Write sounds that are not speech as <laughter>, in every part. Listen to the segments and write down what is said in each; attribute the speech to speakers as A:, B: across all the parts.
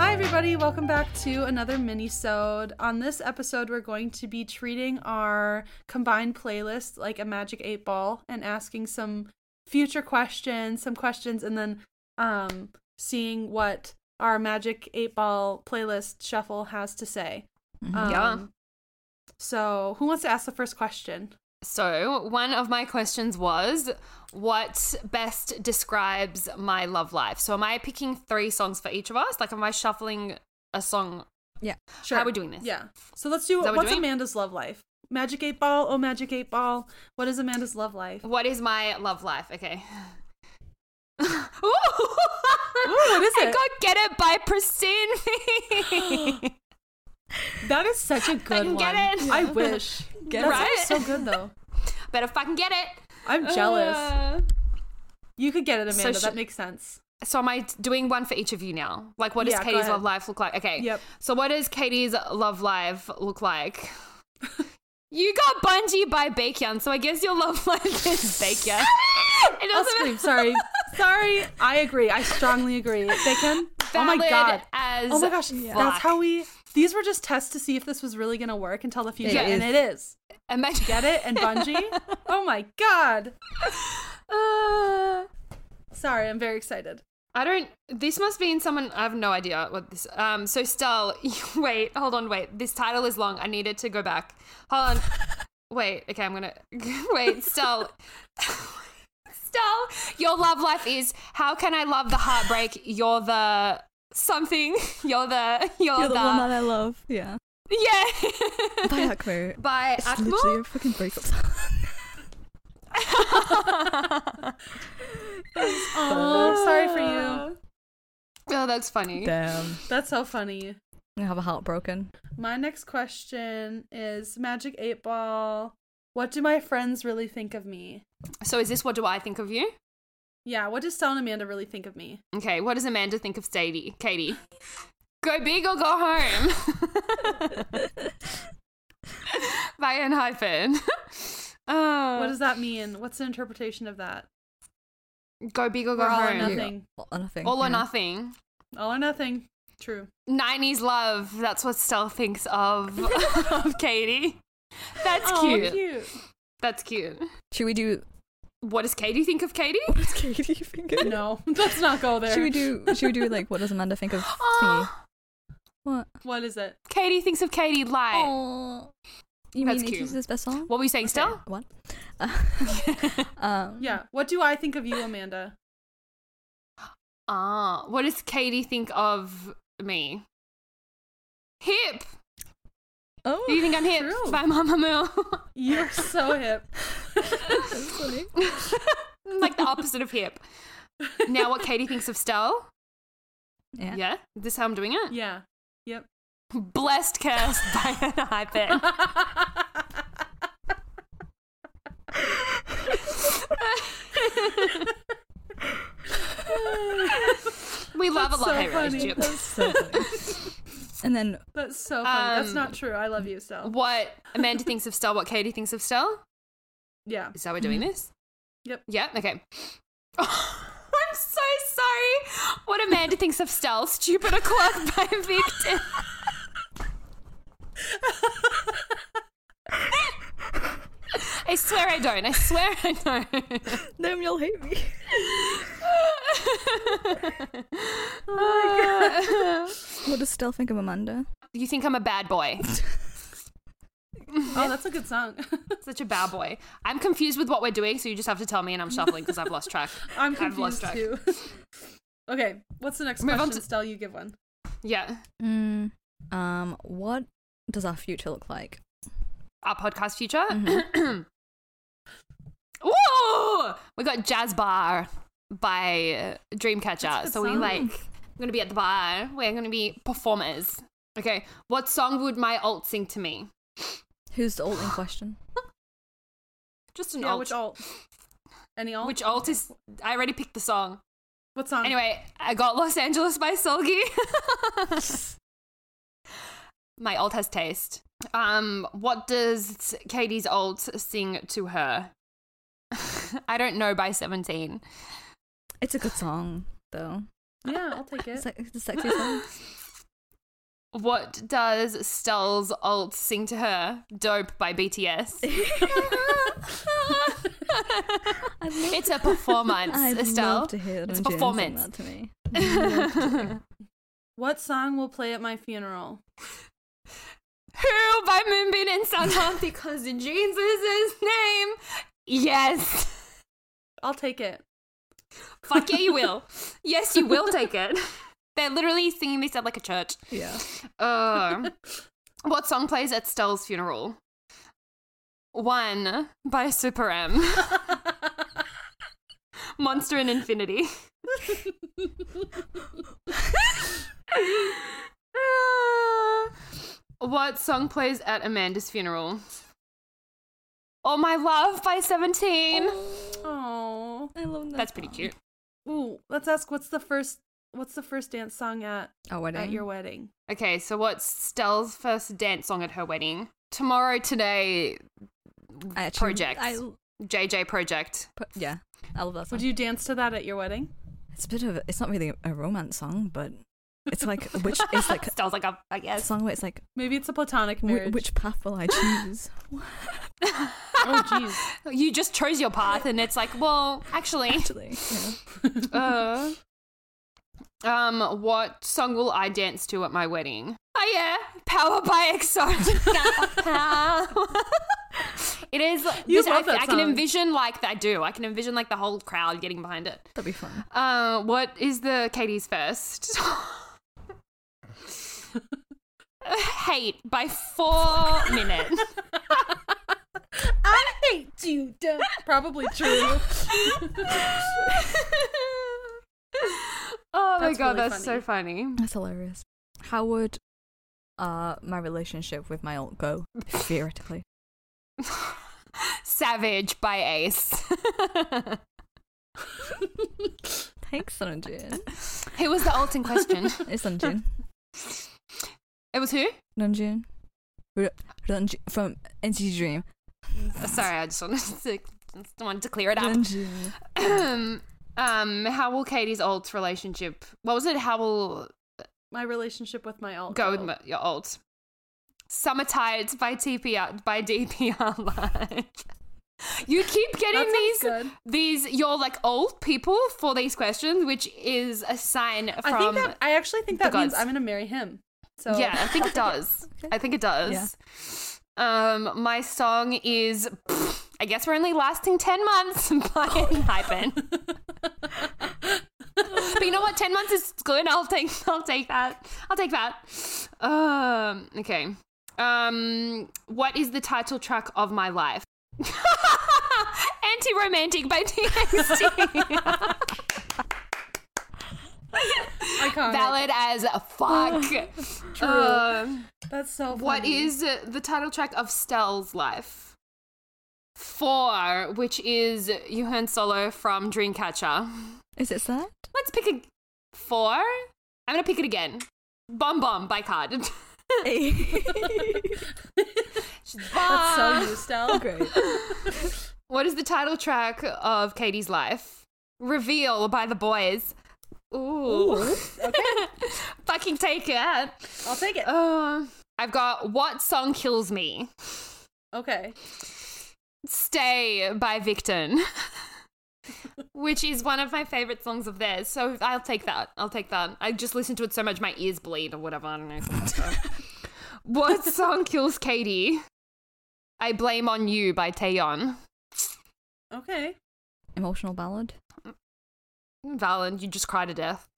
A: everybody. Welcome back to another mini-sode. On this episode, we're going to be treating our combined playlist like a magic eight ball and asking some future questions, some questions, and then um, seeing what our magic eight ball playlist shuffle has to say. Um,
B: Mm-hmm. Yeah.
A: So, who wants to ask the first question?
B: So, one of my questions was what best describes my love life? So, am I picking three songs for each of us? Like, am I shuffling a song?
C: Yeah.
B: How are we doing this?
A: Yeah. So let's do
B: Is that what
A: what's
B: doing?
A: Amanda's love life. Magic eight ball. Oh, magic eight ball. What is Amanda's love life?
B: What is my love life? Okay. <laughs> Ooh!
A: what is
B: I
A: it?
B: got Get It by Pristine.
A: That is
B: <laughs>
A: such a good
B: Fucking <laughs> get it.
A: I wish.
C: Get
A: that
B: it.
A: sounds so good though.
B: <laughs> Better fucking get it.
A: I'm
B: <laughs>
A: jealous.
B: Uh,
A: you could get it,
B: so
A: Amanda.
B: sh-
A: that makes
B: <laughs>
A: sense.
B: so, am I doing one for each of you now? Like, what does
A: Yeah, go
B: Katie's
A: ahead.
B: love life look like? Okay.
A: Yep.
B: So what does Katie's love life look like? you got Bungie by Baekhyun, so I guess your love life is
A: <laughs>
B: Baekhyun. It
A: I'll
B: doesn't
A: scream. Sorry. Sorry. I agree. I strongly agree. They can. Oh my
B: valid
A: god.
B: As
A: Oh my gosh. That's
B: fuck.
A: how we. These were just tests to see if this was really gonna work until the future,
C: It
A: and
C: is.
A: it is.
B: Imagine-
A: Get it? And Bungie.
B: <laughs>
A: oh my god.
B: Uh,
A: Sorry. I'm very excited.
B: I don't. This must be in someone. I have no idea what this. Um. So Stell, <laughs> wait. Hold on. Wait. This title is long. I needed to go back. Hold on. wait. Okay. I'm gonna. <laughs> Wait. <laughs> Stell. Stell, your love life is how can I love the heartbreak? You're the something. <laughs> You're the. You're,
C: You're
B: the.
C: the one that I love. Yeah.
B: yeah.
C: <laughs>
B: <laughs>
C: By <laughs> Akmo.
B: By
C: It's literally a
B: <laughs> Akmo.
C: fucking breakup <laughs> song.
A: <laughs> Oh, <laughs> sorry for
B: <laughs>
A: you.
B: Oh, that's funny.
C: Damn.
A: That's so funny.
C: I have a <laughs> heartbroken.
A: My next question is Magic 8 Ball. What do my friends really think of me?
B: So is this what do I think of you?
A: Yeah, what does Sal and Amanda really think of me?
B: Okay, what does Amanda think of Sadie? Katie? Go big or go
A: <laughs>
B: home. By and hyphen. Uh,
A: What does that mean? What's the interpretation of that?
B: go big or go
A: We're all or
B: home?
A: nothing.
C: All or nothing.
B: All or
C: yeah.
B: nothing.
A: All or nothing. True.
B: 90s love. That's what Stell thinks of, <laughs> of Katie. That's
A: Aw,
B: cute. That's cute.
C: <laughs> Should we do?
B: What does Katie think of Katie?
C: What does Katie think?
A: <laughs>
C: of-
A: No, let's not go there.
C: Should we do? Should we do like what does Amanda
B: <laughs>
C: think of thingy?
B: Oh,
C: What?
A: <laughs> What is it?
B: Katie thinks of Katie light.
C: Oh. You
B: That's
C: mean
B: cute.
C: Nikki's best song?
B: What were you saying, Stell?
C: What? <laughs> um,
A: Yeah. What do I think of you, Amanda?
B: Ah, what does Katie think of me? Hip.
C: Oh,
B: Do you think I'm hip?
A: True.
B: By Mama Moo.
A: You're so
C: <laughs>
A: hip.
C: that's funny.
B: <laughs> like the opposite of hip.
A: <laughs>
B: Now, what Katie thinks of Stell?
C: Yeah.
B: Yeah. Is this how I'm doing it?
A: Yeah. Yep.
B: Blessed, <laughs> cursed by
A: <laughs>
B: an iPad. we love
A: That's
B: a love
A: so
B: hate
A: funny.
B: relationship.
A: That's
C: So funny. <laughs> and then
A: That's so funny. That's
B: Um,
A: not true. I love you, Sal.
B: What Amanda thinks of Stell, what Katie thinks of Stell?
A: Yeah.
B: Is that how we're doing this?
A: Mm-hmm. Yep.
B: Yeah, okay. <laughs> I'm so sorry. What Amanda thinks of Stell, Stupid O'Clock by Victor. I swear I don't. I swear
A: <laughs>
B: I don't.
C: then you'll hate me.
A: Oh
C: What does Stell think of <laughs> Amanda?
B: <laughs> you think I'm a bad boy.
A: Oh, that's a good song.
B: Such a bad boy. I'm confused with what we're doing, so you just have to tell me and <laughs> I'm shuffling because I've lost track.
A: <laughs> I'm
B: I've lost
A: confused too. <laughs> okay, what's the next
B: Move on
A: question,
B: to-
A: Stell? You give one.
B: Yeah.
C: Mm, um, what does our future look like?
B: Our podcast future.
A: Mm-hmm.
C: Mhm.
B: <coughs> Ooh! We got Jazz Bar by uh,
A: That's a
B: Dreamcatcher.
A: good
B: So we
A: song.
B: like we're gonna be at the bar. We're gonna be performers. Okay. What song would my alt sing to me?
C: Who's the old in
B: <laughs>
C: question?
B: Just an
A: yeah,
B: alt.
A: which alt? Any alt?
B: Which alt is? I already picked the song.
A: What song?
B: Anyway, I got Los Angeles by
A: <laughs>
B: Solgi. My alt has taste. Um, what does Katie's alt sing to her? <laughs> I don't know by 17.
C: It's a good song though.
A: Yeah, I'll take it.
B: <laughs>
C: It's like it's a sexy song. <laughs>
B: What does Stell's alt sing to her? Dope by <laughs> BTS.
C: I'd love,
B: It's a performance,
C: I'd
B: Estelle.
C: love to hear
B: It's a
C: Don Jane sing
B: performance.
C: That to
B: <laughs>
C: me.
A: What song will play at my funeral?
B: Who by Moonbin and <laughs> Sunham because the jeans is his name. Yes.
A: I'll take it.
B: Fuck yeah, you will. <laughs> Yes, you will take it. <laughs> They're literally singing this at like a church. <laughs>
C: Yeah.
A: <laughs>
B: Uh, <laughs> what song plays at Stell's funeral? One by Super M. <laughs> Monster in Infinity. Uh, what song plays at Amanda's funeral? Oh My Love by 17.
A: Oh.
C: I love that.
B: That's pretty
C: song.
B: cute.
A: Ooh, let's ask what's the first what's the first dance song at
C: Oh, wedding.
A: at your wedding?
B: Okay, so what's Stell's first dance song at her wedding? Tomorrow, today,
C: I actually-
B: project.
C: I,
B: JJ Project.
C: but yeah, I love that song.
A: Would you dance to that at your wedding?
C: it's a bit of. a- It's not really a romance song, but it's
B: <laughs>
C: like which it's like
B: Stell's like, "Oh, I I
C: a
B: <laughs> guess.
C: song where it's like
A: Maybe it's a platonic
C: wh-
A: marriage. <laughs>
C: which path <laughs> will I choose?
A: oh jeez.
B: You just chose your path, and it's like, well, actually.
C: Actually, yeah.
B: Uh, um, what song will I dance to at my wedding? Oh yeah, Power by EXO. <laughs> it is.
A: You
B: this-
A: love
B: I,
A: that
B: I can
A: song.
B: envision like I do. I can envision like the whole crowd getting behind it.
C: that'd be fun.
B: Uh, what is the Katie's first? <laughs>
A: <laughs>
B: Hate by four minutes. <laughs>
A: I hate you. duh. Probably
B: <laughs>
A: true.
B: oh my
A: That's
B: god,
A: really
B: that's so funny.
C: That's hilarious. How would uh my relationship with my aunt go theoretically?
B: Savage by Ace. <laughs>
C: Thanks, Nanjin.
B: Who was the alt in
A: <laughs>
B: question?
C: <laughs> It's Nanjin.
B: It was who?
C: Nanjin. R- Nanjin from NCT Dream.
B: Uh, Sorry, I just wanted to, <laughs> just wanted to clear it up. <coughs>
C: Nanjin.
B: um, how will Katie's alt relationship? What was it? How will
A: my relationship with my alt.
B: go with
A: girl.
B: my, your alt? Summer Tides by TPR by <laughs> DPR Live. You keep
A: That
B: getting
A: sounds
B: these
A: good.
B: these you're like old people for these questions, which is a sign from
A: I think that I actually think
B: the
A: that means
B: gods.
A: I'm gonna marry him. So
B: Yeah, I think it does.
C: Okay.
B: I think it does. Um, my song is <sniffs> I guess we're only lasting ten months <laughs> by hyphen. but you know what? Ten months is good. I'll take I'll take that. I'll take that. Um, okay. Um, what is the title track of my life? <laughs> Anti-romantic by TXT.
A: <laughs> iconic.
B: <laughs> Valid as fuck. Um, True.
A: That's so. Funny.
B: What is uh, the title track of Stell's life? Four, which is Johan Solo from Dreamcatcher.
C: Is it <laughs> sad?
B: Let's pick a four. I'm gonna pick it again. Bomb Bomb by Card. <laughs>
A: That's so you, Stell.
C: Oh,
A: <laughs>
C: Great.
B: What is the title track of Katie's life? Reveal by the Boys. Ooh. <laughs> Fucking take it.
A: I'll take it.
B: Uh, I've got What Song Kills Me?
A: Okay.
B: Stay by Victon, <laughs> which is one of my favorite songs of theirs. So I'll take that. I'll take that. I just listen to it so much my ears bleed or whatever. I don't know. what song kills Katie? I Blame on You by Taeyeon.
A: Okay.
C: Emotional ballad.
B: Valen, you just cry to death.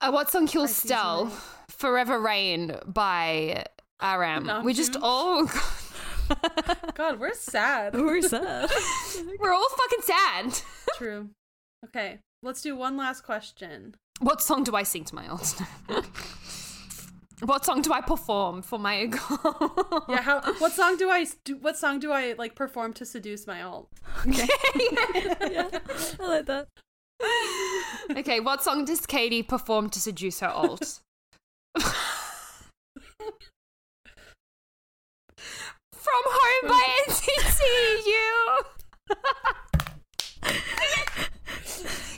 B: Uh, what song kills
A: Crises and
B: Stell? Forever Rain by RM. We just
A: Namjoon.
B: all. <laughs>
A: God, we're sad.
C: Oh, We're <laughs> sad.
B: We're all fucking sad.
A: True. Okay. Let's do one last
B: <laughs>
A: question.
B: What song do I sing to my aunt? <laughs> what song do I perform for my <laughs> girl?
A: Yeah. How? What song do I do? What song do I like perform to seduce my alt?
B: <laughs>
C: <laughs> I like that.
B: <laughs> okay, what song does Katie perform to seduce her alt? <laughs> From Home by NCT U.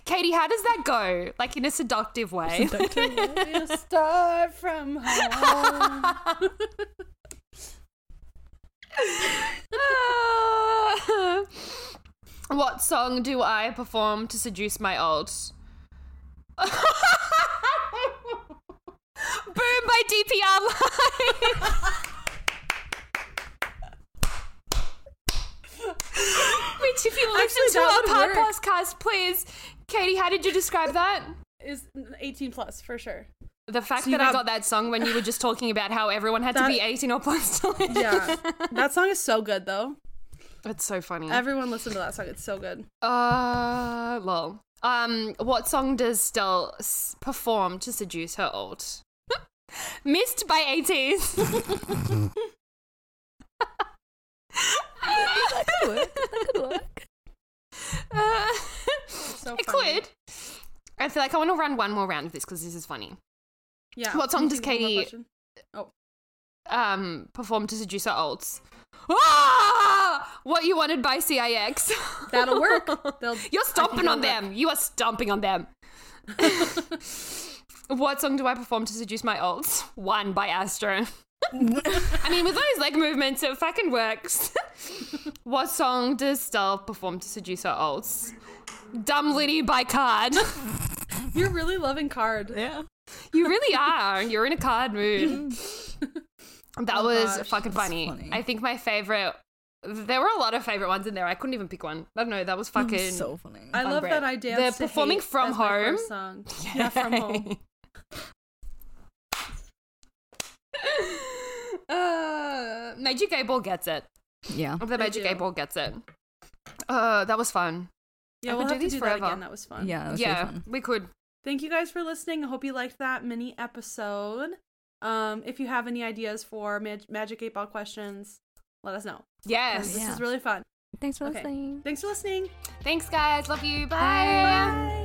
B: Katie, how does that go? Like in a seductive way.
A: <laughs> We'll start from home.
B: <laughs> Ah. <laughs> what song do I perform to seduce my old? <laughs> Boom by DPR <laughs> Live. Which, if you listen
A: Actually,
B: to
A: that
B: our
A: would
B: pod
A: work.
B: podcast, please, Katie, how did you describe that?
A: Is 18 plus for
B: <laughs>
A: sure.
B: The fact
A: So you
B: that I
A: got-
B: got that song when you were just talking about how everyone had
A: That-
B: to be 18 or plus to listen.
A: Yeah. that song is so good though.
B: <laughs> That's so funny.
A: Everyone listen to that song. It's so good.
B: Uh, lol. Um, what song does Stell s- perform to seduce her old? <laughs> Missed by 80s.
C: could work. That could work.
B: Uh,
A: So
B: <laughs> it
A: funny.
B: could. I feel like I want to run one more round of this because this is funny.
A: Yeah.
B: What song
A: You
B: does
A: can- one more
B: Katie-
A: question.
B: Um, perform to seduce her olds. Ah! What you wanted by CIX.
A: That'll
B: <laughs>
A: work. They'll,
B: You're stomping on
A: that'll
B: them. You are stomping on them. <laughs> what song do I perform to seduce my olds? One by Astro. I mean, with those leg movements, it fucking works. <laughs> what song does Stell perform to seduce her olds? Dumb Liddy by Card. <laughs>
A: You're really loving Card.
C: Yeah.
B: you really are. You're in a card mood. That
A: Oh
B: was
A: gosh,
B: fucking
C: that's
B: funny.
C: funny.
B: I think my favorite. There were a lot of favorite ones in there. I couldn't even pick one. I don't know. That was fucking.
C: <laughs> So funny.
A: I love
B: Brett.
A: that I danced.
B: They're
A: to
B: performing
A: Hate
B: from
A: as my
B: home.
A: first song. Yeah, from
C: <laughs>
A: home.
B: <laughs> Uh, Magic Eight Ball gets it.
C: yeah.
B: The Magic
A: do.
B: Eight Ball gets it. Uh, that was fun.
A: Yeah,
B: I
A: we'll
B: could do
A: have to
B: these
A: do
B: forever.
A: that again. That was fun.
C: Yeah. That was really
B: yeah,
C: fun.
B: we could.
A: Thank you guys for listening. I hope you liked that mini episode. Um, if you have any ideas for mag- Magic Eight Ball questions, let us know.
B: Yes.
A: This
C: Yeah.
A: is really fun.
C: Thanks for
A: Okay.
C: listening.
A: Thanks for listening.
B: Thanks, guys. Love you. Bye.
A: Bye.